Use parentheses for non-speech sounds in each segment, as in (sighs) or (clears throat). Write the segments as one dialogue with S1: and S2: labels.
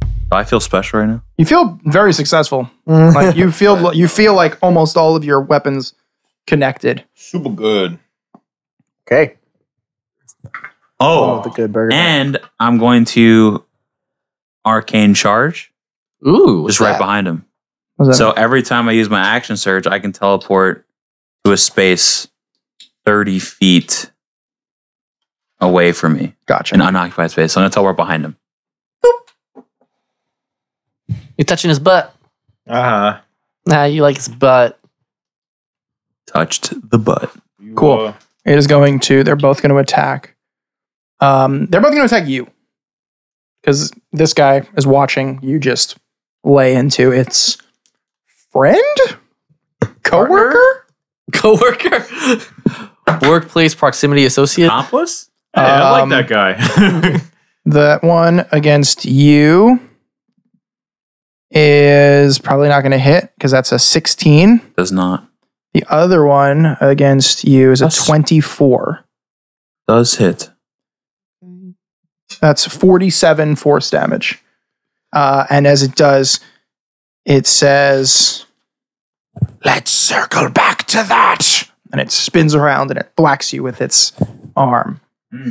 S1: Do I feel special right now?
S2: You feel very successful. Like you
S3: (laughs)
S2: feel you feel like almost all of your weapons connected.
S4: Super good.
S3: Okay.
S1: Oh,
S3: Oh, the good burger.
S1: and I'm going to arcane charge
S5: Ooh,
S1: just
S5: what's
S1: right
S5: that?
S1: behind him.
S2: What does that
S1: So every time I use my action surge, I can teleport to a space 30 feet away from me,
S2: Gotcha.
S1: an unoccupied space. So I'm going to teleport behind him.
S5: You're touching his butt.
S4: Uh huh.
S5: Nah, you like his butt.
S1: Touched the butt.
S2: Cool.
S4: uh,
S2: It is going to. They're both going to attack. Um, they're both going to attack you because this guy is watching you just lay into its friend, coworker.
S5: (laughs) Coworker, (laughs) workplace proximity associate.
S1: Accomplice?
S4: Hey, I
S2: Um,
S4: like that guy. (laughs)
S2: That one against you is probably not going to hit because that's a sixteen.
S1: Does not.
S2: The other one against you is a
S1: That's-
S2: twenty-four.
S1: Does hit.
S2: That's 47 force damage. Uh, and as it does, it says, Let's circle back to that. And it spins around and it thwacks you with its arm.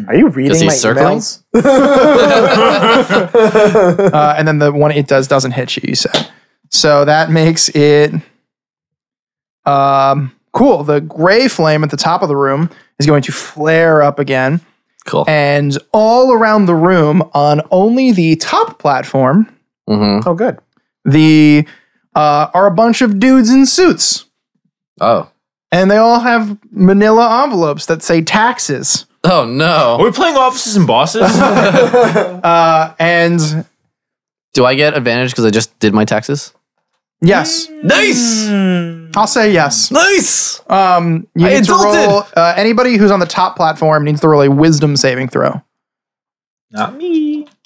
S3: Are you reading
S5: he
S3: my
S5: circling?
S3: emails? (laughs) uh,
S2: (laughs) Uh, and then the one it does doesn't hit you, you said. So that makes it. Um, cool. The gray flame at the top of the room is going to flare up again.
S5: Cool.
S2: Eh. And all around the room, on only the top platform,
S5: Mm-hmm.
S3: oh, good.
S2: the uh, are a bunch of dudes in suits
S5: Oh.
S2: and they all have manila envelopes that say taxes
S5: Oh
S4: Are
S5: no.
S4: we playing offices and
S2: (laughs)
S4: bosses?
S2: uh, and
S5: Do I get advantage because I just did my taxes?
S2: yes
S5: Nice.
S3: Mm.
S2: i'll say yes
S5: Nice.
S2: um, you
S5: I
S2: need to
S5: adulted.
S2: roll uh, anybody who's on the top platform needs to roll a wisdom saving throw
S4: Not me. (laughs)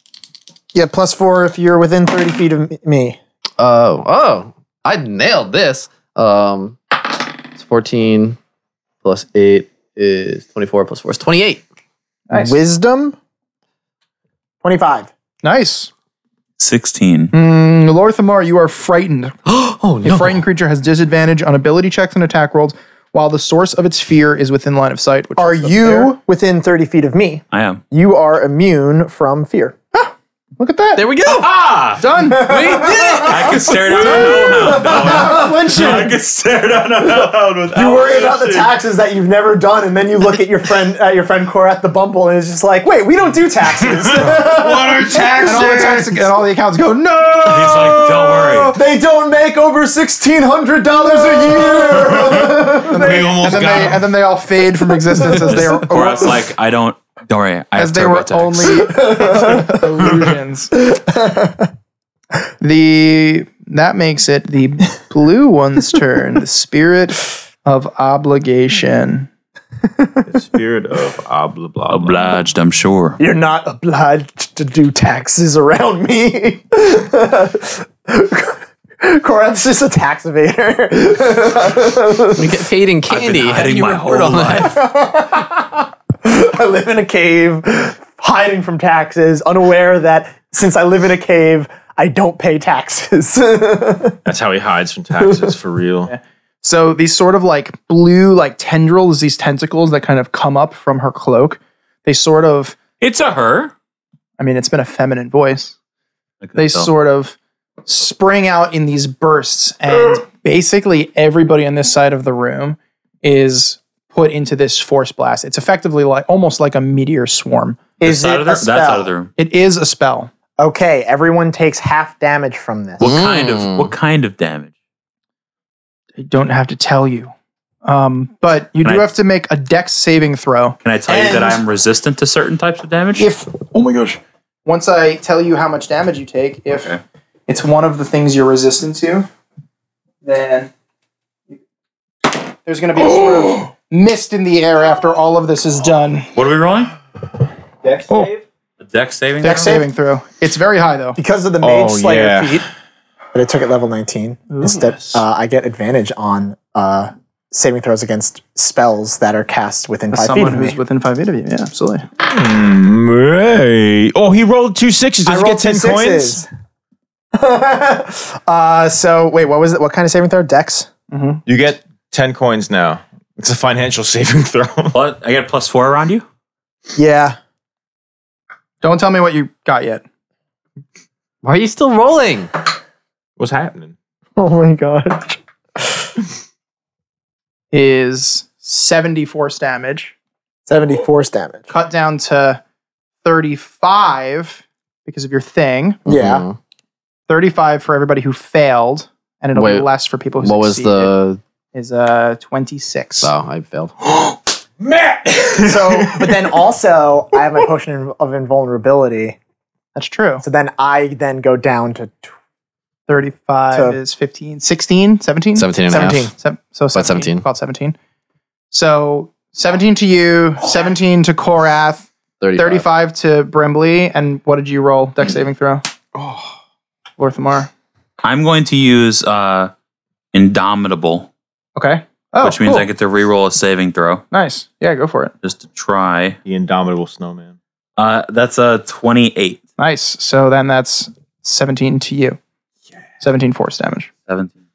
S3: Yeah, plus four if you're within 30 feet of m- me.
S5: Oh. Oh. I nailed this. Um, it's fourteen plus eight is twenty-four plus four is twenty-eight.
S2: Nice.
S3: Wisdom? 25.
S2: nice
S1: 16.
S2: mm, Lorthamar, you are frightened
S5: oh
S2: A (laughs) frightened creature has disadvantage on ability checks and attack rolls while the source of its fear is within line of sight which
S3: Are
S2: is up
S3: you
S2: there.
S3: within 30 feet of me?
S1: I am.
S3: You are immune from fear.
S2: look at that
S5: There we (laughs) go.
S4: Ah!
S2: (laughs) done
S1: I could stare down a hellhound. I
S3: Flinching.
S1: could stare down a hellhound without.
S3: You worry about the taxes that you've never done, and then you look at your friend at your friend Core at the Bumble, and it's just like, wait, we don't do taxes.
S4: What are
S2: and all, the tax- and all the accounts go no
S1: He's like, don't worry.
S3: they don't make over sixteen hundred dollars a year.
S4: We
S2: and
S4: almost
S2: then,
S4: got
S2: they,
S4: him.
S2: and then they all fade from existence as they
S4: (laughs)
S2: are
S1: Or I was like, I don't. Don't worry. I
S2: as
S1: have
S2: they were
S1: TurboTax.
S2: (laughs) only illusions. the that makes it the blue one's turn. The spirit of obligation.
S4: Spirit of ah, blah, blah, blah.
S1: obliged, I'm sure.
S3: You're not obliged to do taxes around me. (laughs) Corinth's just a tax evader.
S5: We get paid in candy. How do
S1: hiding
S5: you
S1: my
S5: report
S1: whole
S5: on that?
S2: (laughs)
S1: life.
S3: I live in a cave, hiding from taxes, unaware that since I live in a cave, I don't pay taxes. (laughs)
S4: That's how he hides from taxes for real.
S2: So these sort of like blue like tendrils, these tentacles that kind of come up from her cloak. They sort of
S1: It's a her.
S2: I mean, it's been a feminine voice.
S1: I could
S2: they
S1: tell.
S2: sort of spring out in these bursts and basically everybody on this side of the room is put into this force blast it's effectively like almost like a meteor swarm
S1: This
S3: Is
S1: side
S3: it
S1: of the,
S3: a
S1: that side of
S3: spell?
S1: the room.
S2: it is a spell
S3: Okay, everyone takes half damage from this.
S1: What kind of
S5: Mm.
S1: what kind of damage?
S2: i don't have to tell you um, but you
S1: Can
S2: do
S1: I-
S2: have to make a dex saving throw
S1: Can I tell you that
S3: And-
S1: I am resistant to certain types of damage?
S2: if oh my gosh once i tell you how much damage you take if
S1: Okay.
S2: it's one of the things you're resistant to then there's going to be a sort of mist in the air after all of this is done
S1: what are we rolling?
S3: Dex save?
S1: A deck saving.
S2: Dex
S1: throw?
S2: saving throw. It's very high though.
S3: Because of the Mage
S4: Oh,
S3: Slayer
S4: yeah.
S3: feat, but I took it level 19. Instead, uh, I get advantage on uh, saving throws against spells that are cast within five feet of me.
S2: within five feet of you. Yeah, absolutely.
S4: Mm, hey. Oh, he rolled two sixes.
S3: I
S4: Does he
S3: rolled
S4: get ten
S3: two
S4: coins?
S3: sixes. (laughs) uh, so wait, what was it? What kind of saving throw? Dex.
S4: You get 10 coins now. It's a financial (laughs) saving throw.
S1: But I got a plus four around you.
S3: Yeah.
S2: Don't tell me what you got yet.
S5: Why are you still rolling?
S4: What's happening?
S3: (laughs) Oh my god.
S2: Is 70 force damage,
S3: Seventy force damage.
S2: cut down to 35 because of your thing.
S3: Yeah.
S5: Mhm.
S2: 35 for everybody who failed, and it'll
S5: Wait,
S2: be less for people who
S5: What was
S2: succeeded.
S5: the?
S2: Is uh 26.
S5: Oh, I failed.
S4: Matt!
S3: (laughs) So, but then also I have my potion of invulnerability.
S2: That's true.
S3: So then I then go down to tw-
S2: 35
S3: So-
S2: is 15, 16, 17?
S5: 17 and a half.
S3: 17.
S2: Sev- so 17,
S5: 17.
S2: Called 17. So 17 to you, 17 to Korath,
S5: 35.
S2: 35 to Brimbley, and what did you roll? Deck saving throw? Oh. Lorthamar.
S1: I'm going to use uh, Indomitable,
S2: Okay. Oh,
S1: which means
S2: cool.
S1: I get to reroll a saving throw
S2: Nice. Yeah, go for it.
S1: just to try.
S4: the indomitable snowman.
S1: Uh, that's a 28.
S2: Nice. So then that's 17 to you. 17 force damage.
S1: 17.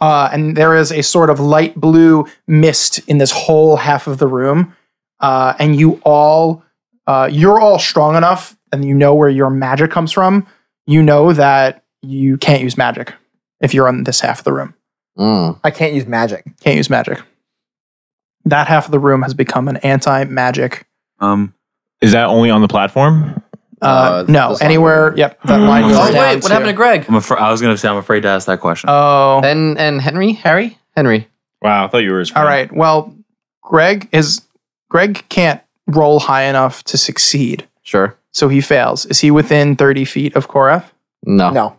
S2: Uh, and there is a sort of light blue mist in this whole half of the room. Uh, and you all, uh, you're all strong enough and you know where your magic comes from. You know that you can't use magic if you're on this half of the room.
S5: Mm.
S3: I can't use magic.
S2: Can't use magic. That half of the room has become an anti magic.
S1: Um,
S4: Is that only on the platform?
S2: Uh,
S5: Uh,
S2: no,
S5: this line
S2: anywhere.
S5: goes-
S2: Yep. That line goes
S5: Oh
S2: down
S5: wait, what happened to Greg?
S1: I'm afra- I was going to say I'm afraid to ask that question.
S2: Oh.
S5: And and Henry, Harry, Henry.
S4: Wow, I thought you were his
S2: All
S4: friend.
S2: right. Well, Greg is Greg can't roll high enough to succeed.
S5: Sure.
S2: So he fails. Is he within 30 feet of Korath?
S5: No.
S3: No.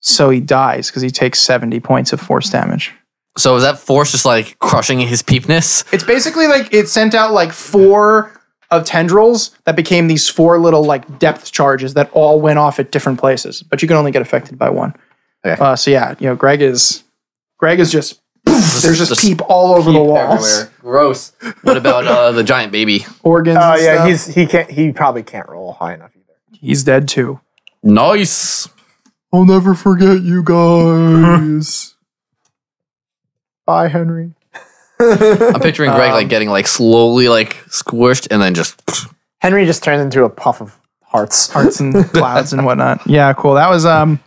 S2: So he dies because he takes 70 points of force damage.
S5: So is that force just like crushing his peepness?
S2: It's basically like it sent out like four of tendrils that became these four little like depth charges that all went off at different places, but you can only get affected by one.
S5: Okay.
S2: Uh, so yeah, you know, Greg is Greg is just there's just,
S5: just
S2: peep all over the walls,
S5: Everywhere. Gross. What about uh, the giant baby?
S2: organs.
S3: Oh
S2: and
S3: yeah,
S2: stuff.
S3: he's he can't he probably can't roll high enough either.
S2: he's dead too.
S5: Nice.
S2: I'll never forget you (laughs) guys.
S3: Bye, (laughs) Henry.
S5: I'm picturing Greg
S2: Um,
S5: like getting like slowly like squished and then just
S3: Henry just turns into a puff of hearts. Um,
S2: Hearts
S3: (laughs)
S2: and clouds and whatnot. Yeah, cool. That was um,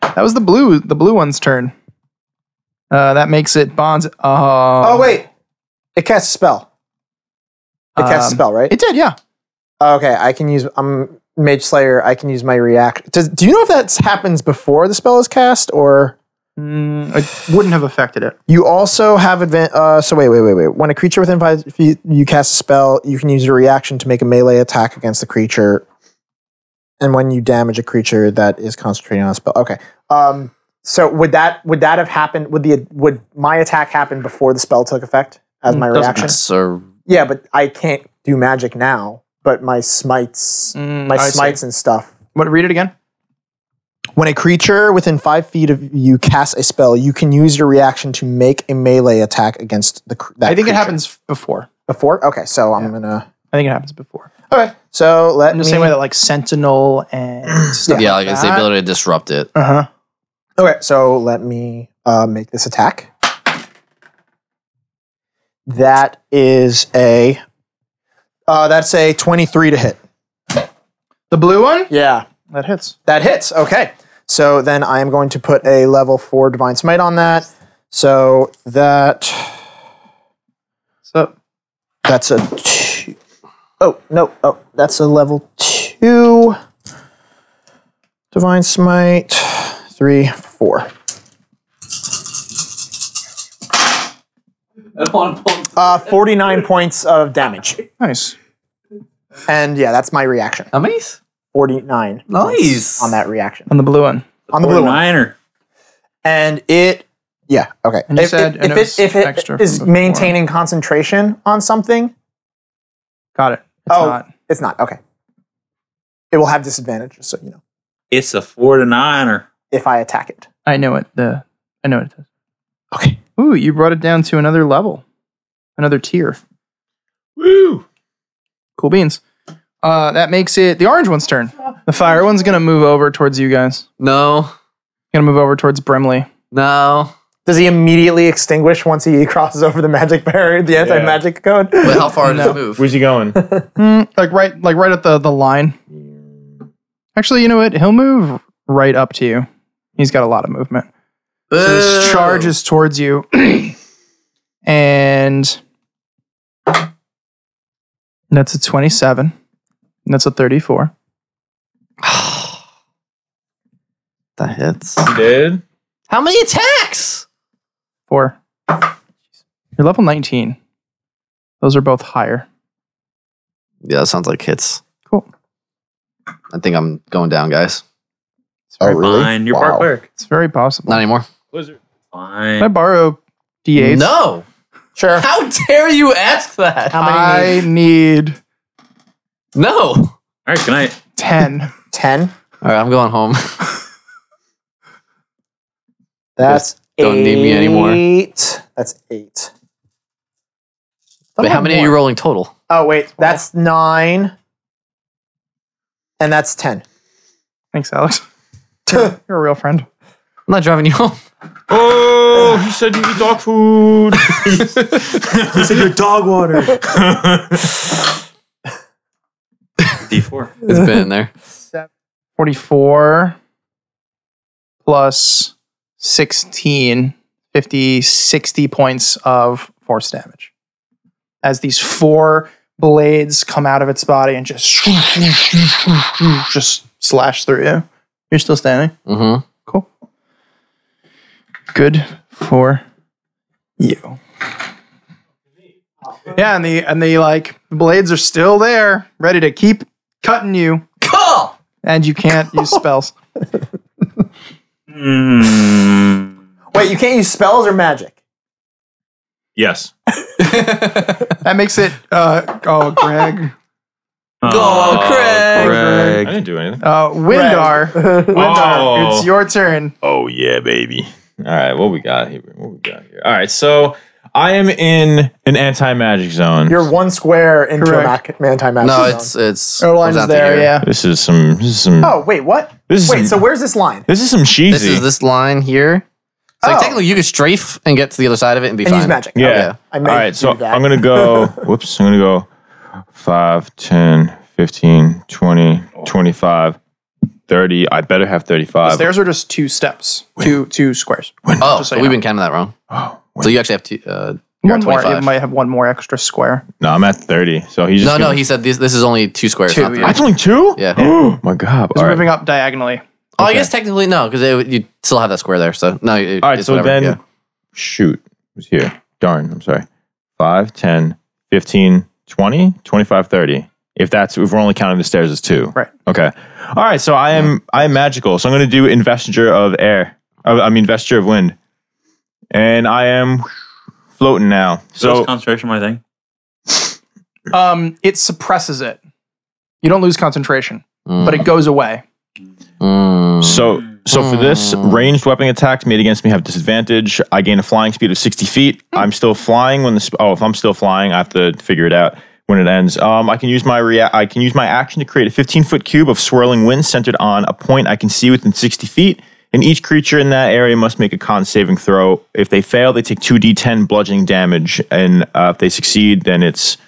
S2: that was the blue the blue one's turn. Uh, that makes it Bond's.
S3: Oh wait, it casts a spell. It
S2: Um,
S3: casts a spell, right?
S2: it did. Yeah,
S3: okay, I can use I'm Mage Slayer. I can use my react. Does, do you know if that happens before the spell is cast, or
S2: Mm, it wouldn't have affected it.
S3: you also have advan Uh, so wait, wait, wait, wait. When a creature within five feet you cast a spell, you can use a reaction to make a melee attack against the creature. And when you damage a creature that is concentrating on a spell, okay. Um, so would that would that have happened? Would the would my attack happen before the spell took effect as my
S2: Mm, doesn't
S3: reaction?
S5: that's a
S3: Yeah, but I can't do magic now. But my smites, my
S2: Mm, I see.
S3: smites and stuff.
S2: What? Read it again.
S3: When a creature within five feet of you casts a spell, you can use your reaction to make a melee attack against the. Cr- that
S2: I think it
S3: creature.
S2: happens before.
S3: before. Okay, so I'm gonna.
S2: I think it happens before.
S3: Okay, so let
S2: In
S3: me.
S2: the same way that like Sentinel
S3: (clears throat)
S2: and stuff
S5: yeah, like it's the
S2: that.
S5: ability to disrupt it.
S2: Uh huh.
S3: okay, so let me uh, make this attack. That is a. Uh, that's a twenty-three to hit.
S2: The blue one
S3: Yeah.
S2: that hits.
S3: That hits. Okay. So then I am going to put a level four divine smite on that. So that
S2: So
S3: that's a two oh no oh that's a level two divine smite three four. Uh, 49 points of damage.
S2: nice.
S3: And yeah, that's my reaction.
S5: How many? s-
S3: 49
S5: Nice.
S3: on that reaction.
S2: On the blue one.
S3: On the blue one.
S1: Niner.
S3: and it yeah okay
S2: And you
S3: if,
S2: said-
S3: if,
S2: and
S3: if
S2: it was
S3: it, if it
S2: extra
S3: is
S2: from before.
S3: maintaining concentration on something it's
S2: Got it. It's
S3: oh
S2: not.
S3: it's not okay it will have disadvantage just so you know
S1: It's a four to niner.
S3: if i attack it
S2: I know it. The I know what it does.
S3: Okay.
S2: Ooh, you brought it down to another level, another tier.
S4: Woo!
S2: Cool beans. Uh, that makes it the orange one's turn. The fire one's gonna move over towards you guys.
S5: No.
S2: gonna move over towards Brimley.
S5: No.
S3: Does he immediately extinguish once he (laughs) crosses over the magic barrier, the anti magic code?
S5: But how far does it move?
S4: Where's he going?
S2: Hmm, like right, like right at the the line. Actually, you know what? He'll move right up to you. He's got a lot of movement. So this
S5: Boo.
S2: charges towards you, (clears throat) and that's a twenty-seven. And that's a thirty-four.
S5: That hits.
S4: He did?
S5: How many attacks?
S2: Four. You're level nineteen. Those are both higher.
S5: Yeah, that sounds like hits.
S2: Cool.
S5: I think I'm going down, guys.
S2: It's very,
S1: Fine. You're part cleric.
S2: it's very possible.
S5: Not anymore.
S4: Blizzard.
S2: Can I
S1: Fine.
S2: borrow d8s?
S5: No.
S3: Sure.
S5: How dare you ask that?
S3: How many?
S2: I need
S5: No. All
S1: All right. Good night.
S2: ten.
S3: (laughs)
S2: (laughs)
S3: Ten.
S5: right, I'm going home.
S3: That's
S5: don't need me anymore.
S3: eight. That's eight.
S5: Wait, how many are you rolling total?
S3: Oh wait, that's nine, and that's ten.
S2: Thanks, Alex. You're a real friend.
S5: I'm not driving you home.
S4: Oh, he said you eat dog food.
S3: It's like your dog water.
S1: D4.
S5: It's been in there.
S2: 44 plus 16, 50, 60 points of force damage. As these four blades come out of its body and just (laughs) just slash through you. You're still standing.
S5: Mm-hmm.
S2: Cool. Good for you. Yeah, and the and the like blades are still there, ready to keep cutting you,
S5: Call.
S2: and you can't (laughs) use spells.
S1: Hmm.
S3: (laughs) wait, you can't use spells or magic.
S4: (laughs) yes.
S2: That makes it uh oh Greg.
S5: Go,
S1: Oh,
S5: Craig.
S4: I
S1: Craig.
S4: didn't do anything.
S2: Uh Windar. (laughs) Windar,
S4: Oh.
S2: it's your turn.
S4: Oh yeah, baby. All right, what we got here? What we got here? All right, so I am in an anti-magic zone.
S3: You're one square into
S2: Correct.
S3: a ma- anti-magic.
S5: No,
S3: zone.
S5: it's it's.
S2: Our line
S5: comes
S2: is
S5: out the
S2: there,
S5: ear.
S2: yeah.
S4: this is some. This is some.
S3: Oh wait, what?
S4: this is
S3: Wait,
S4: some,
S3: so where's this line?
S4: this is some cheesy.
S5: This is this line here. So like,
S3: Oh.
S5: technically, you could strafe and get to the other side of it and be
S3: And
S5: fine.
S3: use magic. Oh,
S4: Yeah.
S5: yeah.
S3: I
S4: All right, so
S3: do that.
S4: I'm gonna
S3: (laughs)
S4: go. whoops, I'm gonna go 5, 10, 15, 20, 25, 30. I better have 35.
S2: Stairs are just two steps, Uh, two two squares.
S5: Oh,
S2: Just so
S5: so
S2: you
S5: we've
S2: know.
S5: been counting that wrong.
S4: oh, wait.
S5: So you actually have to. Uh, you're
S2: One
S5: at
S2: more, you
S5: 25.
S2: might have one more extra square.
S4: no, I'm at 30. So he's just.
S5: no, no,
S4: gonna-
S5: he said this. This is only two squares.
S2: Two,
S5: not three.
S2: yeah.
S4: That's only two?
S5: Yeah.
S4: Oh, (gasps) my God.
S2: It's
S4: All right.
S2: moving up diagonally.
S5: Oh, I guess technically no, because you still have that square there. So no. It,
S4: All right,
S5: it's
S4: so
S5: whatever,
S4: then, (laughs)
S5: yeah.
S4: shoot, it was here. Darn, I'm sorry. 5, 10, 15, 20, 25, 30. If that's if we're only counting the stairs as two,
S2: Right.
S4: Okay. All right. So I am I am magical. So I'm going to do investiture of air. Of, I mean vesture of wind, and I am floating now.
S1: So,
S4: So
S1: concentration my thing.
S2: Um it suppresses it. You don't lose concentration,
S5: Mm.
S2: but it goes away.
S5: Mm.
S4: so so for this ranged weapon attacks made against me have disadvantage. I gain a flying speed of 60 feet. I'm still flying when the sp- oh if I'm still flying I have to figure it out when it ends. Um, I can use my rea- I can use my action to create a 15 foot cube of swirling wind centered on a point I can see within 60 feet. And each creature in that area must make a con saving throw. If they fail, they take 2d10 bludgeoning damage, and uh, if they succeed, then it's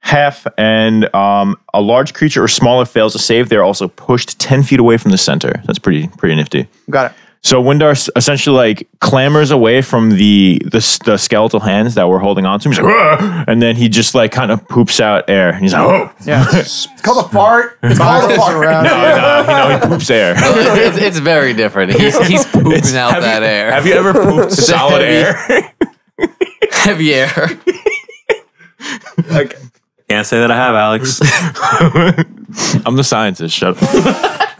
S4: half. And um, a large creature or smaller fails to save. They're also pushed 10 feet away from the center. That's pretty pretty nifty.
S2: Got it.
S4: So Windar s- essentially like clambers away from the the, s- the skeletal hands that were holding on to him, He's like, "Ugh!" and then he just like kind of poops out air. He's like, oh,
S2: Yeah.
S3: it's called a fart. It's called
S4: (laughs)
S3: a
S2: Bounces
S3: fart.
S2: around.
S4: no, he poops air.
S5: it's, it's, it's very different. He's, he's pooping out
S4: have
S5: that
S4: you, (laughs)
S5: air.
S4: Have you ever pooped solid air?
S5: Heavy air.
S4: like,
S1: Can't say that I have, Alex.
S4: I'm the scientist. Shut (laughs) up,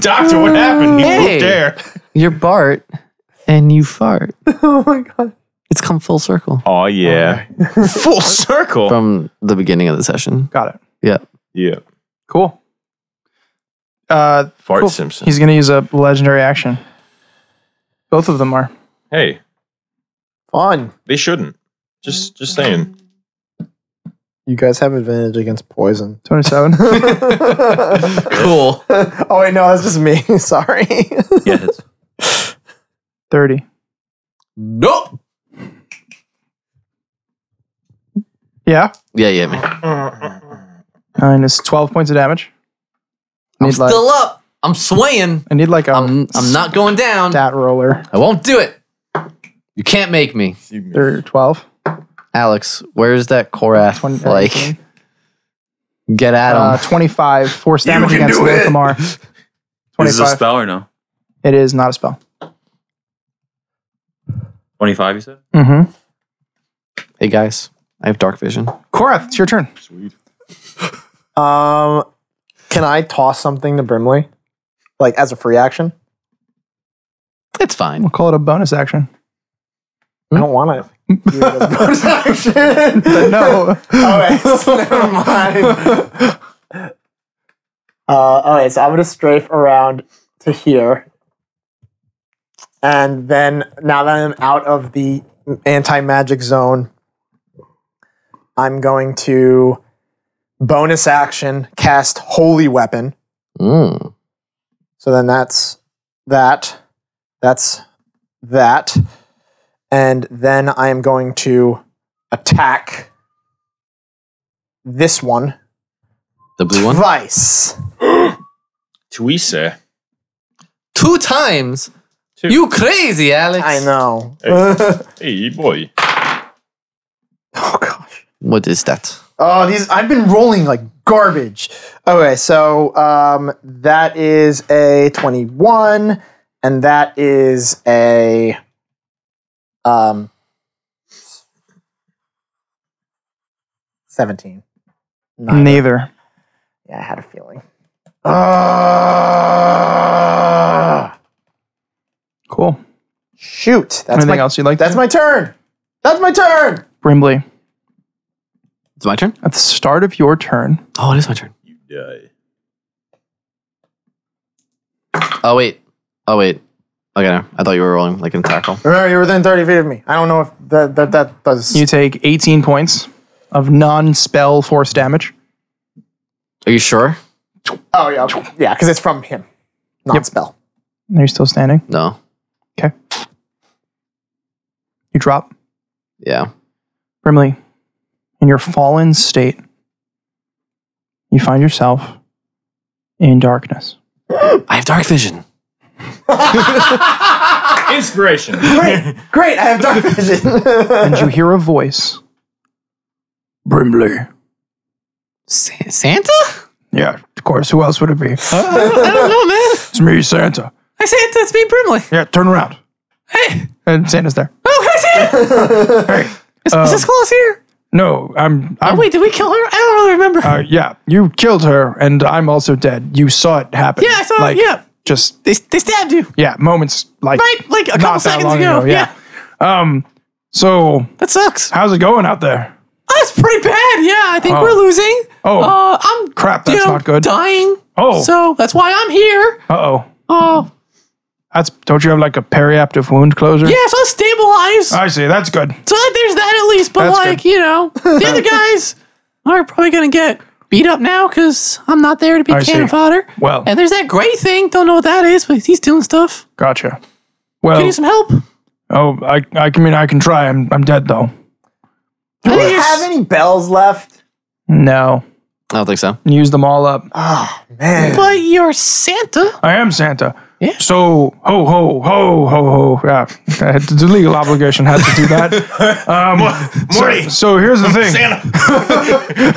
S4: doctor. What happened? He
S5: Hey.
S4: pooped air.
S5: You're Bart, and you fart.
S3: (laughs) Oh my god.
S5: It's come full circle
S4: Oh yeah, full circle.
S5: from the beginning of the session.
S2: Got it.
S5: Yeah.
S4: yeah,
S2: Cool. Uh
S4: fart
S2: Cool.
S4: Simpson.
S2: he's gonna use a legendary action. Both of them are.
S4: hey,
S3: Fun.
S4: they shouldn't. Just, just saying.
S3: You guys have advantage against poison.
S2: 27.
S5: Cool.
S3: (laughs) oh wait, no, that's just me. (laughs) Sorry.
S1: Yeah, it's
S2: 30.
S5: Nope.
S2: Yeah.
S5: Yeah, yeah, man.
S2: Minus 12 points of damage. I
S5: I'm
S2: need, like,
S5: still up. I'm swaying.
S2: I need like a
S5: I'm I'm not going down.
S2: stat roller.
S5: I won't do it. You can't make me.
S2: They're 12.
S5: Alex, where's that Korath?
S2: 20,
S3: uh,
S5: like, get
S2: uh,
S5: at him.
S2: 25 force
S1: You
S2: damage
S1: can
S2: against
S1: do it.
S2: Lothamar.
S1: is this a
S2: 25.
S1: spell or no?
S2: It is not a spell.
S1: Twenty five. You said.
S2: Mm-hmm.
S5: hey, guys. I have dark vision.
S2: Korath, it's your turn.
S4: Sweet.
S3: um, can I toss something to Brimley, like as a free action?
S5: It's fine.
S2: We'll call it a bonus
S3: (laughs)
S2: action.
S3: I don't want to. do it as a bonus action. (laughs)
S2: No.
S3: All right, so never mind. Uh, all right, so I'm gonna strafe around to here, and then now that I'm out of the anti magic zone, I'm going to bonus action cast Holy Weapon.
S5: Mm.
S3: So then that's that. That's that. And then I am going to attack this one
S5: The blue
S3: (laughs)
S5: one.
S3: twice.
S4: Tuisa.
S5: Two times.
S4: Two.
S5: You crazy, Alex.
S3: I know.
S4: Hey, boy.
S3: oh gosh.
S5: What is that?
S3: (laughs) Oh, these I've been rolling like garbage. Okay, so um that is a 21 and that is a um 17. Neither.
S2: Neither.
S3: Yeah, I had a feeling. Ah!
S2: Cool.
S3: shoot. That's
S2: Anything
S3: my,
S2: else you'd like?
S3: that's
S2: to?
S3: my turn. That's my turn.
S2: Brimley.
S5: It's my turn.
S2: At the start of your turn,
S5: Oh, it is my turn.
S4: You
S6: (laughs)
S4: die.
S5: Oh wait. Oh wait. Okay, no. I thought you were rolling like an attack roll.
S3: Remember, you're within 30 feet of me. I don't know if that that, that does.
S2: you take 18 points of non-spell force damage.
S5: Are you sure?
S3: oh, yeah. okay. Yeah, because it's from him. Not
S2: Yep.
S3: spell.
S2: Are you still standing?
S5: No.
S2: You drop.
S5: Yeah.
S2: Brimley, in your fallen state, you find yourself in darkness.
S5: I have dark vision.
S4: Inspiration.
S3: Great. Great. I have dark vision.
S2: (laughs) And you hear a voice. Brimley.
S5: Sa- Santa?
S2: Yeah, of course. Who else would it be? it's
S5: (laughs) I don't know, man.
S2: me, Santa.
S5: Hi, Santa. It's me, Brimley.
S2: Yeah, turn around.
S5: Hey.
S2: And Santa's there.
S5: Oh, hi, Santa.
S2: (laughs) Hey.
S5: Is,
S2: Um,
S5: is this close here?
S2: No, I'm.
S5: Oh,
S2: I'm
S5: wait, did we kill her? I don't really remember.
S2: uh, yeah, you killed her, and I'm also dead. You saw it happen.
S5: Yeah, I saw it, yeah.
S2: Just
S5: they, they stabbed you,
S2: yeah, moments like
S5: right? Like a
S2: not
S5: couple
S2: that
S5: seconds
S2: long
S5: ago.
S2: ago, yeah. Um. So
S5: That sucks. Oh,
S2: how's it going out there?
S5: That's pretty bad. Yeah, I think
S2: Oh.
S5: we're losing.
S2: Oh.
S5: Uh, I'm
S2: Crap,
S5: you
S2: that's
S5: know,
S2: not good.
S5: Dying.
S2: Oh.
S5: So that's why I'm here.
S2: Uh oh.
S5: Oh,
S2: That's don't you have like a periaptive wound closer?
S5: yeah, so let's stabilize.
S2: I see. That's good.
S5: So that- there's that at least. But
S2: That's
S5: like,
S2: good.
S5: you know,
S2: (laughs)
S5: the other guys are probably gonna get beat up now because I'm not there to be
S2: I
S5: cannon
S2: see.
S5: fodder.
S2: Well,
S5: And there's that gray thing. Don't know what that is, but he's doing stuff.
S2: gotcha.
S5: Can you
S2: Well,
S5: need some help?
S2: oh, I, I can mean I can try. I'm, I'm dead though.
S3: Do
S5: I
S3: we
S5: think it's-
S3: have any bells left?
S2: No,
S5: I don't think so.
S2: use them all up.
S3: Oh, man.
S5: But you're Santa.
S2: I am Santa.
S5: Yeah.
S2: So ho ho ho ho ho. Yeah, I had to do legal obligation. Had to do that.
S5: (laughs)
S2: Um, so- So,
S6: Morty.
S2: here's the thing.
S6: Santa.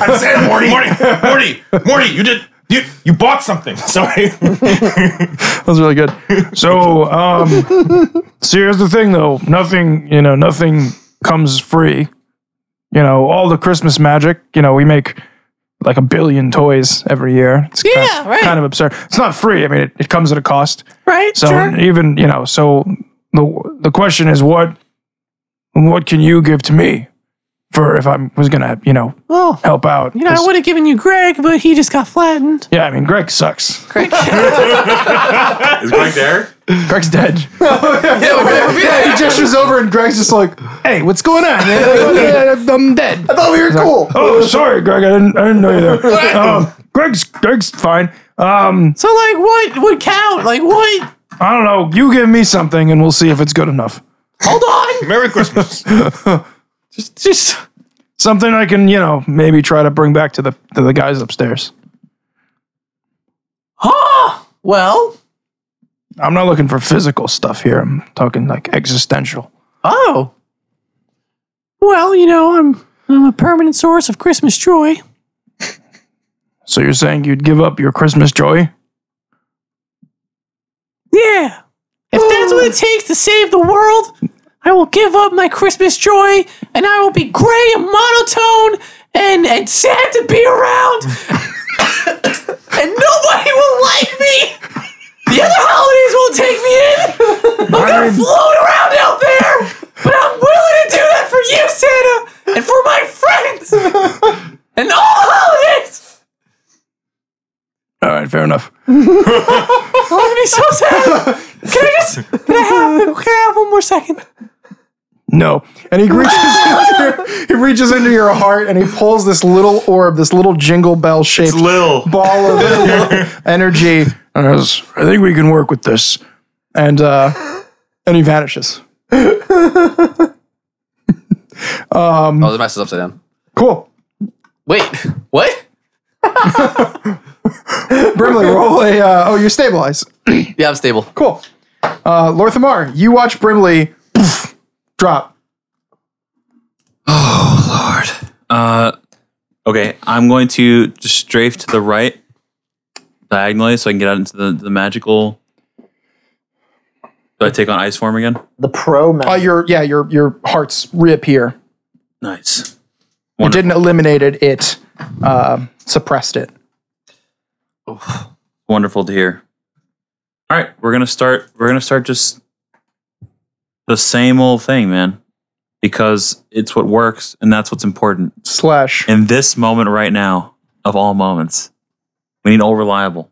S6: (laughs) I'm Santa Morty. Morty. Morty. Morty. You did. You, you bought something. (laughs) Sorry.
S2: That was really good. (laughs) So um, so here's the thing though. Nothing you know nothing comes free. You know all the Christmas magic. You know we make like a billion toys every year. It's
S5: Yeah,
S2: kind,
S5: right.
S2: Kind of absurd. It's not free. I mean it, it comes at a cost.
S5: Right?
S2: So even you know, so the the question is what what can you give to me? for if I was gonna, you know,
S7: Oh,
S2: help out.
S7: you know, I
S2: 'Cause-
S7: would have given you Greg, but he just got flattened.
S2: yeah, I mean, Greg sucks.
S6: Is Greg there? (laughs)
S2: Greg's dead. yeah, he gestures over and Greg's just like, "Hey, what's going on? I'm dead."
S3: I thought we were cool.
S2: Oh, sorry, Greg. I didn't. I didn't know you
S3: (laughs)
S2: there. Um, Greg's Greg's fine. Um,
S7: So, like, what would count?
S2: (gasps)
S7: Like, what?
S2: I don't know. You give me something, and we'll see if it's good enough.
S7: Hold on.
S6: Merry
S2: (laughs)
S6: Christmas.
S7: Just
S2: Something I can, you know, maybe try to bring back to the to the guys upstairs. Oh,
S7: huh? Well,
S2: I'm not looking for physical stuff here. I'm talking like existential.
S7: oh. Well, you know, I'm I'm a permanent source of Christmas joy.
S2: So you're saying you'd give up your Christmas joy?
S7: Yeah. If that's what it takes to save the world, I will give up my Christmas joy and I will be gray and monotone and, and sad to be around. and nobody will like me. The other holidays won't take me in. I'm gonna float around out there. But I'm willing to do that for you, Santa, and for my friends. And all holidays.
S2: All right, fair enough.
S7: I'm gonna be so sad. Can I just can I have can I have one more second?
S2: No. And he reaches into your, he reaches into your heart and he pulls this little orb, this little jingle bell shaped
S6: Lil.
S2: ball of energy. And I, was, I think we can work with this. And uh, and he vanishes.
S5: Oh, the mess is upside down.
S2: Cool.
S5: Wait, (laughs) what?
S2: Brimley, roll a. Uh, oh, you're stabilized.
S5: Yeah, I'm stable.
S2: Cool. Uh, Lorthamar, you watch Brimley poof, drop.
S1: Uh, okay, I'm going to just strafe to the right diagonally so I can get out into the, the magical. Do I take on ice form again?
S3: The pro man.
S2: Uh, your yeah, your your hearts reappear.
S1: Nice.
S2: You didn't eliminate it; it uh, suppressed it.
S1: Wonderful to hear. All right, we're gonna start. We're gonna start just the same old thing, man, because it's what works and that's what's important
S2: Slash.
S1: in this moment right now of all moments. We need all reliable.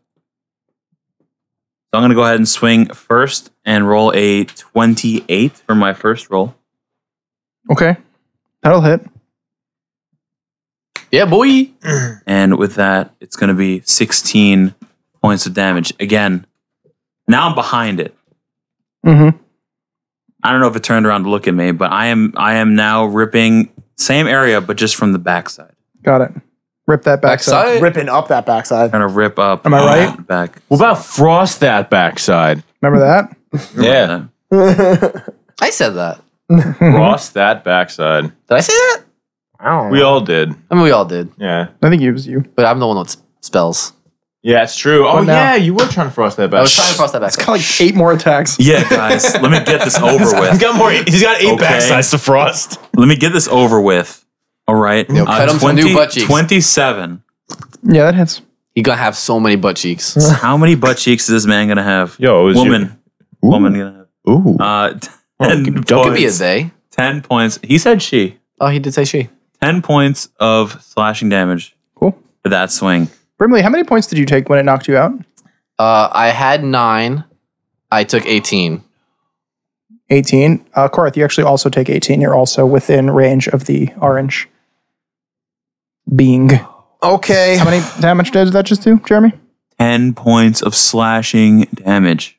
S1: So I'm gonna go ahead and swing first and roll a 28 for my first roll.
S2: Okay, that'll hit.
S5: (sighs) Yeah, boy.
S1: And with that, it's going to be 16 points of damage. Again, now I'm behind it.
S2: Mhm.
S1: I don't know if it turned around to look at me, but I am I am now ripping same area, but just from the backside.
S2: Got it. Rip that back. side.
S5: Backside.
S3: ripping up that backside.
S1: Trying to rip up.
S2: Am I
S1: on
S2: right?
S1: the Back.
S4: What about frost that backside?
S2: Remember that?
S4: Yeah,
S5: I said that.
S4: frost that backside.
S5: Did I say that?
S3: Wow.
S4: We all did.
S5: I mean, we all did,
S4: Yeah,
S2: I think it was you.
S5: but I'm the one with s- spells.
S4: yeah, it's true. Oh
S2: Well, now-
S4: yeah, you were trying to frost that
S5: I
S4: backside.
S5: was trying to cross that back.
S2: It's got like eight more attacks.
S1: Yeah, guys, let me
S2: (laughs)
S1: get this over with.
S6: got more. He's got eight
S1: Okay.
S6: backsides to frost.
S1: Let me get this over with. All right. Uh,
S5: cut 'em some new butt cheeks.
S1: 27.
S2: Yeah, that hits.
S5: He gonna have so many butt cheeks.
S1: How many butt cheeks is this man going to have?
S4: Yo, it was
S1: Woman.
S4: Your, ooh,
S1: Woman going to have.
S4: Ooh.
S1: Uh,
S4: Well,
S1: 10
S4: could-
S1: points.
S5: Could be a they.
S1: 10 points. He said she.
S5: Oh, he did say she.
S1: 10 points of slashing damage
S2: Cool.
S1: for that swing.
S2: Brimley, how many points did you take when it knocked you out?
S5: Uh, I had nine. I took eighteen.
S2: 18. Uh, Korath, you actually also take 18. You're also within range of the orange being. How
S3: Okay.
S2: many damage did that just do, Jeremy?
S1: 10 points of slashing damage.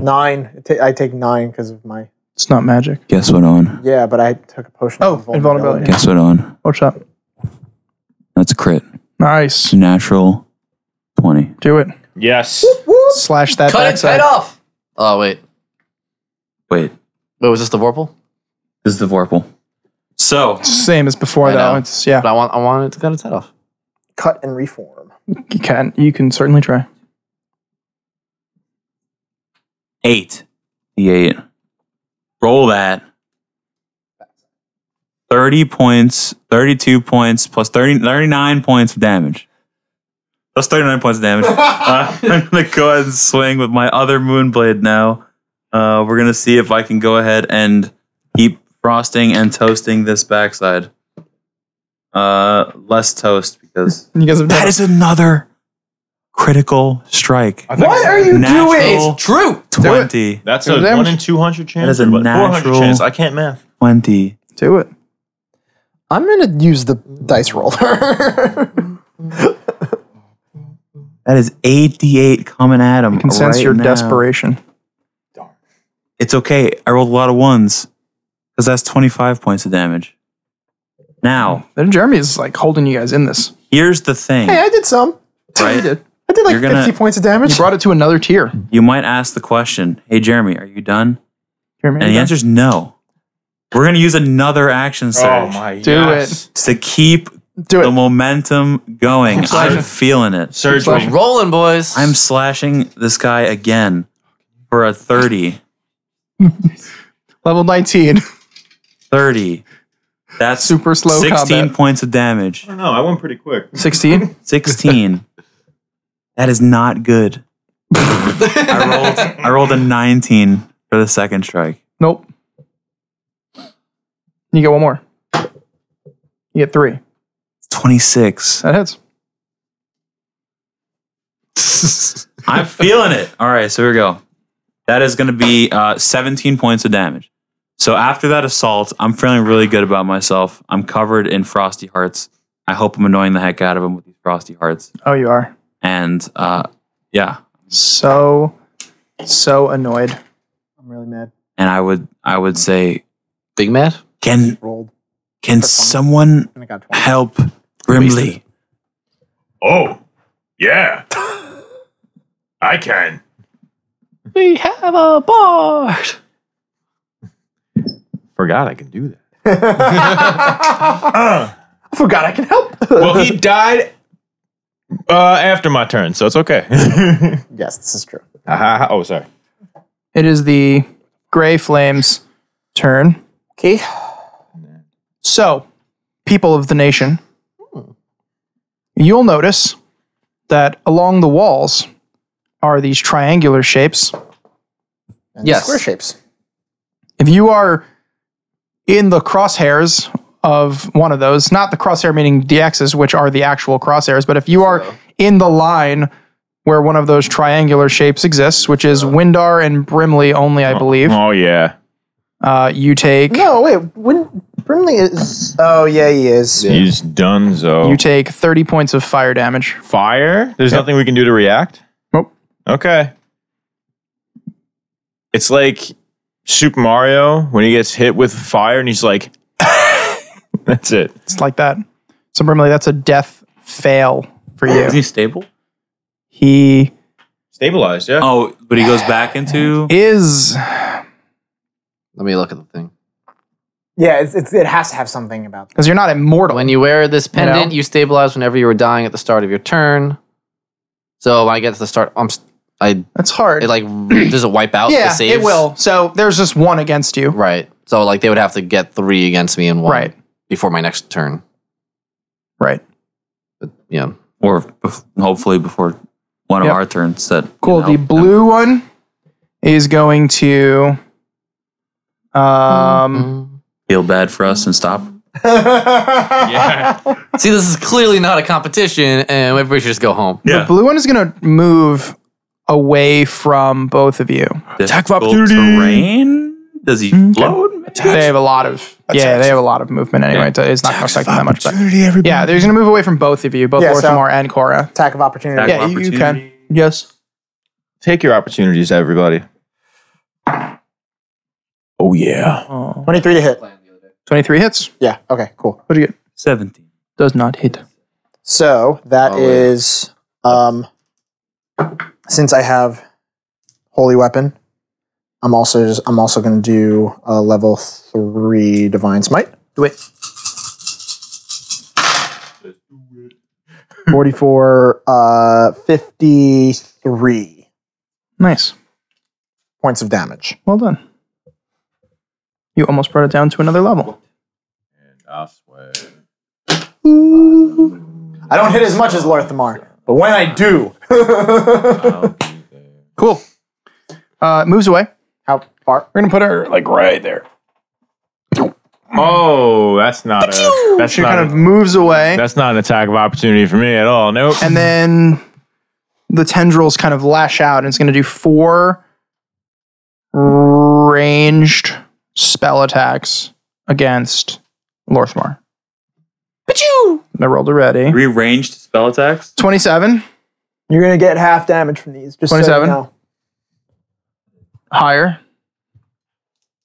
S3: Nine. I ta- I take nine because of my.
S2: It's not magic.
S1: Guess what, Owen?
S3: Yeah, but I took a potion.
S2: Oh, invulnerability.
S1: Guess what, Owen?
S2: What's up?
S1: That's a crit.
S2: Nice.
S1: It's a natural 20.
S2: Do it.
S4: yes.
S2: Slash that
S5: Cut its head
S2: backside.
S5: off. Oh wait,
S1: Wait,
S5: wait, was this the Vorpal?
S1: this is the Vorpal. So,
S2: Same as before,
S5: I
S2: though.
S5: know.
S2: It's yeah.
S5: But I want, I wanted to cut its head off.
S3: Cut and reform.
S2: You can you can certainly try.
S1: 8. D8. Roll that. 30 points, 32 points, plus 30, 39 points of damage. That's 39 points of
S2: (laughs)
S1: damage. Uh, (laughs) I'm going to go ahead and swing with my other Moonblade now. Uh, we're going to see if I can go ahead and keep frosting and toasting this backside. Uh, less toast because
S2: You guys have done
S1: that is another critical strike.
S4: I think
S2: What are you
S1: Natural
S2: doing?
S5: True.
S1: Twenty.
S4: That's
S2: Is
S4: a
S2: that
S4: one
S2: much-
S4: in two hundred chance.
S1: That is a
S4: or what? 400
S1: natural-
S4: chance. I can't math.
S1: Twenty.
S2: Do it.
S3: I'm gonna use the dice (laughs) roller.
S1: That is eighty-eight coming at him.
S2: Can sense
S1: right
S2: your
S1: now.
S2: desperation.
S1: It's okay. I rolled a lot of ones because that's twenty-five points of damage. Now,
S2: Then Jeremy is like holding you guys in this.
S1: here's the thing,
S3: hey, I did some.
S1: right?
S3: I did like
S1: You're gonna-
S3: 50 points of damage.
S2: You brought it to another tier.
S1: You might ask the question, "Hey Jeremy, are you done?"
S2: Jeremy,
S1: And the answer is no. We're gonna use another action
S6: Oh
S1: surge
S4: my
S2: Do
S4: yes.
S1: to keep
S3: Do
S1: the
S3: it.
S1: momentum going.
S2: slashing.
S1: I'm feeling it.
S4: Surge
S2: Slash-
S4: wing.
S5: Rolling, boys.
S1: I'm slashing this guy again for a 30.
S2: level 19.
S1: 30. That's
S2: Super slow
S1: 16
S2: combat.
S1: points of damage.
S4: I don't know. I went pretty (laughs) quick.
S2: 16? (laughs)
S1: 16. that is not good. (laughs) I rolled I rolled a 19 for the second strike.
S2: (laughs) Nope. You get one more. You get three.
S1: 26.
S2: That hits.
S1: I'm feeling it. All right, so here we go. That is going to be uh, 17 points of damage. So after that assault, I'm feeling really good about myself. I'm covered in frosty hearts. I hope I'm annoying the heck out of him with these frosty hearts.
S2: Oh, you are.
S1: And uh, yeah,
S2: So, so annoyed. I'm really mad.
S1: and I would I would say,
S5: Big Matt.
S1: can
S3: Rolled.
S1: can someone
S3: And I got 20.
S1: help Grimly?
S6: Oh, yeah. I can.
S7: We have a board.
S4: Forgot I can do that.
S3: I forgot I can (laughs) help.
S4: Well,
S7: (laughs)
S4: he died uh, after my turn, so it's (laughs) okay.
S3: yes, this is true.
S4: Ah, oh, sorry.
S2: It is the Gray Flames' turn.
S3: Okay.
S2: So, people of the nation, Hmm. you'll notice that along the walls are these triangular shapes.
S3: And
S5: Yes.
S3: Square shapes.
S2: If you are in the crosshairs of one of those, not the crosshair meaning DXs, which are the actual crosshairs, but if you are in the line where one of those triangular shapes exists, which is Windar and Brimley only, I believe,
S4: Oh yeah,
S2: uh, you take
S3: No, wait. When Brimley is. Oh yeah, he is.
S4: he's done. So
S2: you take 30 points of fire damage.
S4: fire. There's nothing we can do to react.
S2: Nope.
S4: Okay. It's like Super Mario when he gets hit with fire and he's like, (laughs) "That's it."
S2: It's like that. So Brimley, that's a death fail for you.
S1: Is he stable?
S2: He
S4: Stabilized. Yeah.
S1: Oh, but he goes back into.
S2: is
S5: Let me look at the thing.
S3: Yeah, it's, it's, it has to have something (laughs) about.
S2: because you're not immortal.
S5: When you wear this pendant,
S2: know?
S5: you stabilize whenever you were dying at the start of your turn. So when I get to the start, I'm st- I
S2: That's hard.
S5: it like does it wipe out the
S2: yeah,
S5: saves?
S2: it will. So there's just one against you.
S5: Right. So like they would have to get three against me and one
S2: Right.
S5: before my next turn.
S2: Right.
S5: But yeah.
S1: Or bef- hopefully before one of
S2: Yep.
S1: our turns. That
S2: Cool.
S1: can
S2: the
S1: help.
S2: blue one is going to. Um,
S1: Feel bad for us and stop.
S4: yeah.
S5: See, this is clearly not a competition, and everybody should just go home.
S2: the blue one is going to move away from both of you.
S1: Attack Mm-hmm.
S4: of opportunity.
S1: Terrain? Does he float?
S2: They have a lot of yeah. They have a lot of movement anyway. so It's not going to affect them that much. But yeah, they're going to move away from both of you, both
S3: Yeah, so-
S2: Orthamar and Cora.
S3: Attack of opportunity.
S1: Attack of
S2: Yeah, you- you can.
S1: opportunity.
S2: Yes.
S4: Take your opportunities, everybody. Oh yeah.
S3: 23 to hit.
S2: Twenty-three hits.
S3: Yeah. Okay, cool.
S2: What do you get?
S1: 17.
S2: Does not hit.
S3: So that
S5: Oh,
S3: is
S5: wait.
S3: um since I have holy weapon, I'm also just, I'm also going to do a level 3 divine smite. Do (laughs) it. 44 uh 53
S2: Nice.
S3: points of damage.
S2: Well done. You almost brought it down to another level.
S4: I swear.
S3: I don't hit as much as Lorthamar, but when I do, (laughs)
S2: Cool. Uh, it moves away.
S3: how far?
S2: We're gonna put her like right there.
S4: Oh, that's not a. That's
S2: She
S4: not.
S2: kind of
S4: a-
S2: moves away,
S4: that's not an attack of opportunity for me at all. Nope.
S2: and then the tendrils kind of lash out, and it's going to do four ranged spell attacks against Lorthmar. But you, I rolled already.
S1: Rearranged spell attacks.
S2: Twenty-seven
S3: You're gonna get half damage from these. Just
S2: 27?
S3: So you know.
S2: higher,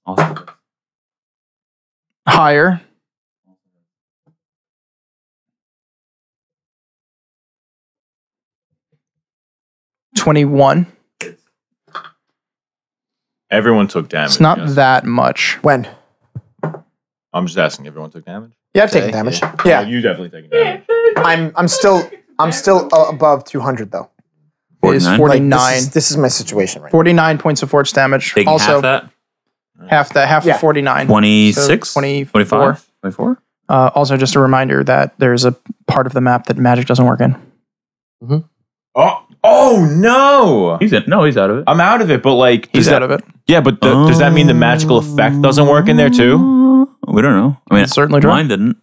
S1: Awesome.
S2: higher. Twenty-one.
S4: Everyone took damage.
S2: It's not
S4: yes.
S2: that much.
S3: When
S4: I'm just asking. Everyone took damage. Oh,
S3: you have taken damage. Yeah.
S4: you definitely taking damage.
S3: I'm. I'm still. I'm still uh, above 200 though.
S2: It is
S1: 49?
S2: 49.
S3: This is, this is my situation right. now.
S2: 49 points of force damage.
S1: Taking half
S2: also,
S1: that.
S2: half that, half
S3: Yeah.
S2: of 49.
S1: 26?
S2: So 24.
S1: 25? 24?
S2: Uh, also, just a reminder that there's a part of the map that magic doesn't work in.
S4: Oh, oh no!
S1: He's in. No, he's out of it.
S4: I'm out of it. But like,
S2: He's
S4: does that,
S2: out of it.
S4: Yeah, but the, does that mean the magical effect doesn't work in there too?
S1: We don't know. I mean,
S2: It's certainly true.
S1: mine didn't.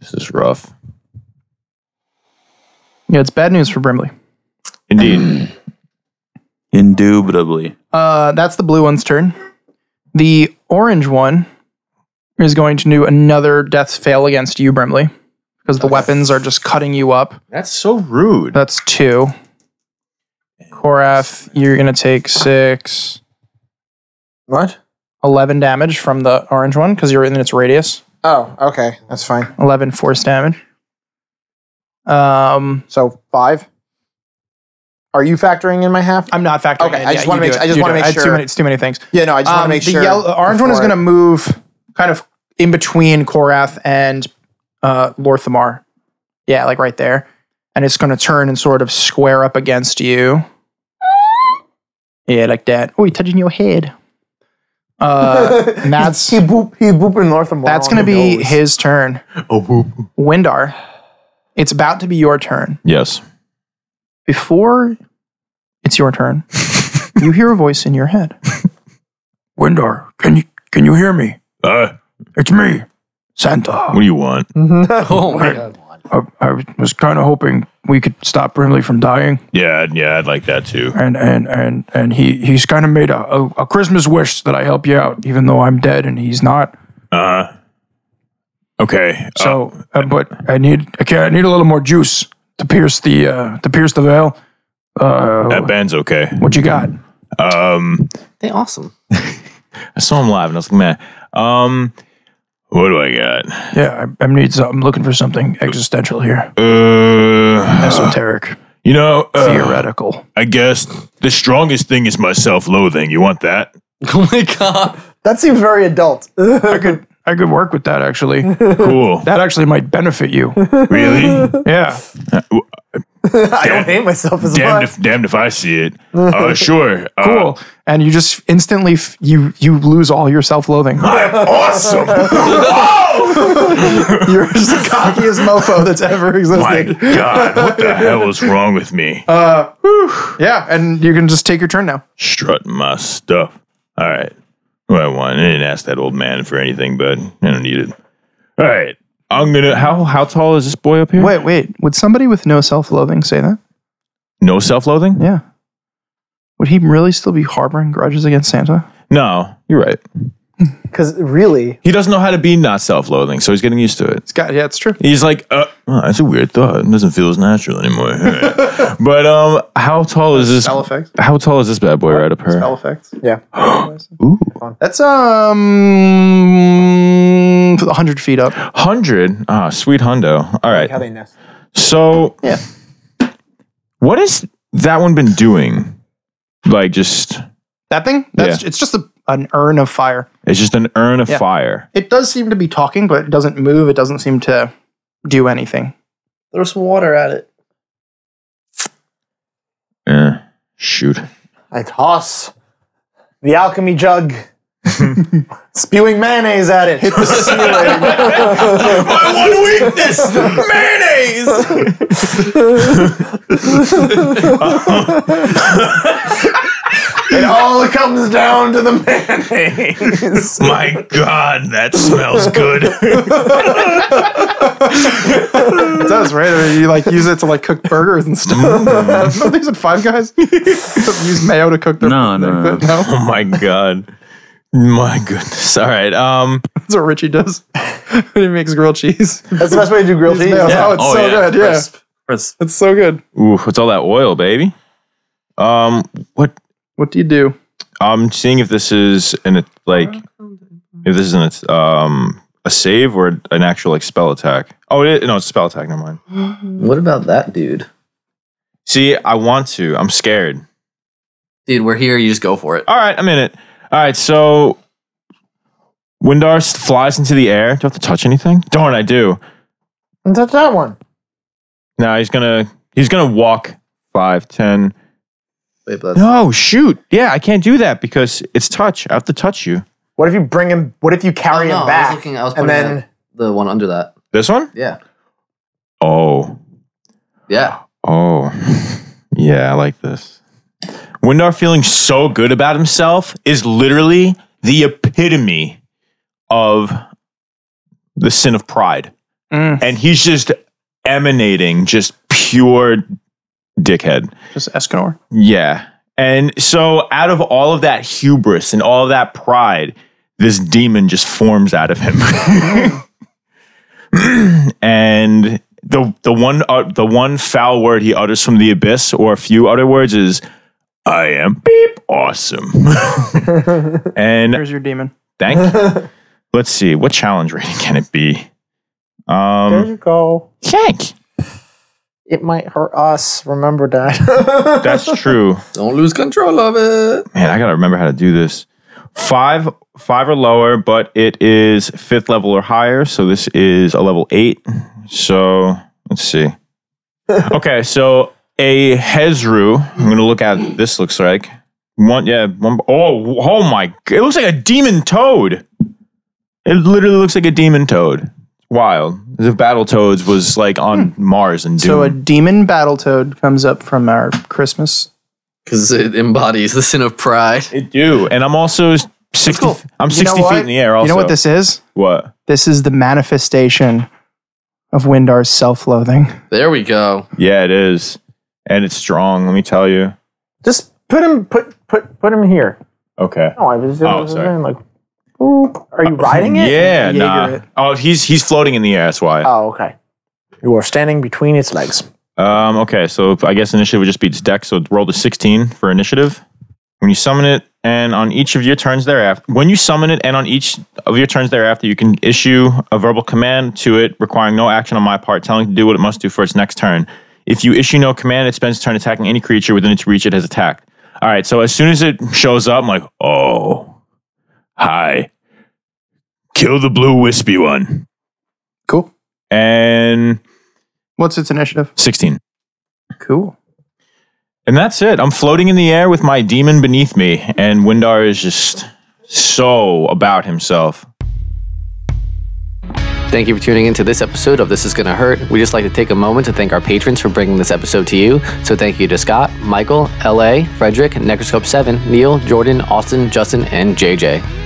S4: This is rough.
S2: Yeah, it's bad news for Brimley.
S4: Indeed.
S1: Indubitably.
S2: Uh, that's the blue one's turn. The orange one is going to do another death fail against you, Brimley, because the weapons are just cutting you up.
S4: That's so rude.
S2: That's two. Korath, you're going to take six.
S3: What?
S2: 11 damage from the orange one because you're in its radius.
S3: Oh, okay. That's fine.
S2: 11 force damage. Um,
S3: So five. Are you factoring in my half?
S2: I'm not factoring.
S3: Okay,
S2: it.
S3: I just wanna
S2: you
S3: make
S2: do it.
S3: su- I just
S2: You
S3: wanna
S2: do it.
S3: make
S2: had Too
S3: sure.
S2: many, it's too many things.
S3: yeah, no. I just want to
S2: Um,
S3: make
S2: the
S3: sure.
S2: yellow- the orange one is
S3: before-
S2: going to move kind of in between Korath and uh, Lorthamar. Yeah, like right there, and it's going to turn and sort of square up against you. Yeah, like that. Oh, you're touching your head. (laughs) Uh,
S3: (laughs)
S2: and that's
S3: he boop. He booping north and
S2: That's going to be his turn. Windar, it's about to be your turn.
S4: Yes.
S2: Before it's your (laughs) turn, you hear a voice in your head. Windar, can you can you hear me?
S4: Uh,
S2: It's me, Santa.
S4: what do you want?
S5: Oh (laughs) my god.
S2: I, I was kind of hoping we could stop Brimley from dying,
S4: Yeah, I'd- yeah, I'd like that too.
S2: and and and and he he's kind of made a, a a Christmas wish that I help you out, even though I'm dead and he's not.
S4: Uh Okay. uh,
S2: So, uh, but I need I, can, I need a little more juice to pierce the uh, to pierce the veil. Uh,
S4: that band's okay.
S2: what you got?
S4: Um
S5: They awesome.
S4: I saw him live and I was like, man, um what do I got?
S2: Yeah, I, I need. Some, I'm looking for something existential here,
S4: Uh
S2: esoteric,
S4: you know, uh,
S2: theoretical.
S4: I guess the strongest thing is my self-loathing. You want
S3: (laughs)
S4: that?
S5: Oh my god.
S3: That seems very adult. (laughs)
S2: I could I could work with that actually.
S4: Cool.
S2: That actually might benefit you.
S4: really?
S2: Yeah,
S3: (laughs) I don't hate myself as
S4: Damned
S3: (laughs) much.
S4: if, damned if I see it.
S3: (laughs)
S4: Uh, sure. Uh,
S2: cool. And you just instantly f- you you lose all your self (laughs) loathing.
S4: I'm (laughs) awesome.
S3: (laughs) You're just the cockiest (laughs) mofo that's ever
S4: My
S3: existed.
S4: God, what the hell is wrong with me?
S3: Uh,
S2: Yeah, and you can just take your turn now.
S4: strutting my stuff. All right. What I want. I didn't ask that old man for anything, but I don't need it. All right. I'm gonna how how tall is this boy up here?
S2: Wait, wait. Would somebody with no self loathing say that?
S4: No self loathing?
S2: Yeah. Would he really still be harboring grudges against Santa?
S4: No, you're right.
S3: Because really,
S4: He doesn't know how to be not self loathing, so he's getting used to it.
S2: It's got yeah, it's true.
S4: He's like, uh, oh, that's a weird thought. It doesn't feel as natural anymore. (laughs) All right. but um how tall is this
S2: Spell effect.
S4: how tall is this bad boy right up
S2: Spell
S4: here?
S2: effects.
S3: Yeah.
S4: Ooh.
S2: That's um hundred feet up.
S4: Hundred. Ah, sweet hundo. All right.
S3: how they nest.
S4: So
S2: Yeah.
S4: what has that one been doing? Like just
S2: That thing? That's
S4: Yeah.
S2: it's just a, an urn of fire.
S4: it's just an urn of
S2: Yeah.
S4: fire.
S2: It does seem to be talking, but it doesn't move. It doesn't seem to do anything.
S5: Throw some water at it.
S4: Eh, shoot.
S3: I toss the alchemy
S4: (laughs)
S3: jug, spewing mayonnaise at it. (laughs) Hit the ceiling.
S4: Mayonnaise.
S3: (laughs) it all comes down to the mayonnaise.
S6: My God, that smells good.
S2: It does, right? I mean, you like use it to like cook burgers and stuff. (laughs) Don't these are five
S1: (laughs)
S2: guys use mayo to cook their
S1: Mm-hmm. No, no,
S2: their-
S1: no.
S2: no.
S4: (laughs) Oh my god. My goodness. All right. Um
S2: That's what Richie does. (laughs) he makes grilled cheese.
S3: That's the best way to do grilled
S2: Use
S3: cheese.
S2: mayo.
S1: Yeah.
S2: Oh, it's
S1: Oh,
S2: so
S1: yeah.
S2: good. Yeah,
S1: Crisp. Chris,
S2: it's so good.
S4: ooh, what's all that oil, baby? Um what
S2: What do you do?
S4: I'm seeing if this is an like if this is an um a save or an actual like spell attack. Oh, it is, no, it's a spell attack. Never mind.
S5: What about that dude?
S4: See, I want to. I'm scared.
S5: Dude, we're here. You just go for it.
S4: All right, I'm in it. All right, so Windar s- flies into the air. Do I have to touch anything? Darn, I do.
S3: And that's that one.
S4: Now he's gonna he's gonna walk five, ten.
S5: Wait, but that's
S4: No, shoot. Yeah, I can't do that because it's touch. I have to touch you.
S3: What if you bring him? What if you
S5: Oh, no,
S3: carry him
S5: I was
S3: back?
S5: looking- I was
S3: and
S5: pointing
S3: then
S5: the one under that.
S4: This one?
S5: Yeah.
S4: Oh.
S5: Yeah.
S4: Oh. (laughs) yeah, I like this. Windar feeling so good about himself is literally the epitome of the sin of pride.
S2: Mm.
S4: And he's just emanating just pure dickhead.
S2: Just Escanor.
S4: Yeah. And so out of all of that hubris and all of that pride, this demon just forms out of him. (laughs) and the the one uh, the one foul word he utters from the abyss or a few other words is I am beep awesome. and
S2: Here's your demon.
S4: thank you. Let's see, what challenge rating can it be?
S3: there
S4: Um
S3: you go.
S4: Yank.
S3: It might hurt us. Remember that. (laughs)
S4: That's true.
S5: Don't lose control of it.
S4: man, I gotta remember how to do this. Five, five or lower, but it is fifth level or higher. So this is a level eight. So
S2: (laughs)
S4: let's see. Okay, so a Hezru. I'm gonna look at what this. Looks like one. Yeah. One, oh, oh my! g- It looks like a demon toad. It literally looks like a demon toad. Wild. As if Battle Toads was like on Mars and Doom.
S2: Hmm. So a demon battle toad comes up from our Christmas.
S5: Because it embodies the sin of pride.
S4: it do. And I'm also sixty.
S2: cool.
S4: I'm
S2: You know
S4: sixty
S2: what?
S4: feet in the air. Also,
S2: You know what this is?
S4: What?
S2: This is the manifestation of Windar's self-loathing.
S5: There we go.
S4: Yeah, it is, and it's strong. Let me tell you.
S3: just put him. Put put put him here.
S4: Okay.
S3: No, I was just
S4: Oh, sorry.
S3: like, boop. are you riding it?
S4: Yeah,
S2: Jaeger
S4: nah.
S2: it.
S4: Oh, he's he's floating in the air. That's why.
S3: Oh, okay. You are standing between its legs.
S4: Um. Okay. So I guess initiative would just be its deck. So roll to sixteen for initiative. When you summon it, and on each of your turns thereafter, when you summon it, and on each of your turns thereafter, you can issue a verbal command to it, requiring no action on my part, telling it to do what it must do for its next turn. If you issue no command, it spends its turn attacking any creature within its reach it has attacked. All right. So as soon as it shows up, I'm like, oh, hi, kill the blue wispy one,
S2: Cool.
S4: and
S2: What's its initiative?
S4: sixteen.
S2: Cool.
S4: And that's it. I'm floating in the air with my demon beneath me, and Windar is just so about himself.
S8: Thank you for tuning in to this episode of This Is Gonna Hurt. We just like to take a moment to thank our patrons for bringing this episode to you. So thank you to Scott, Michael, LA, Frederick, Necroscope7, Neil, Jordan, Austin, Justin, and JJ.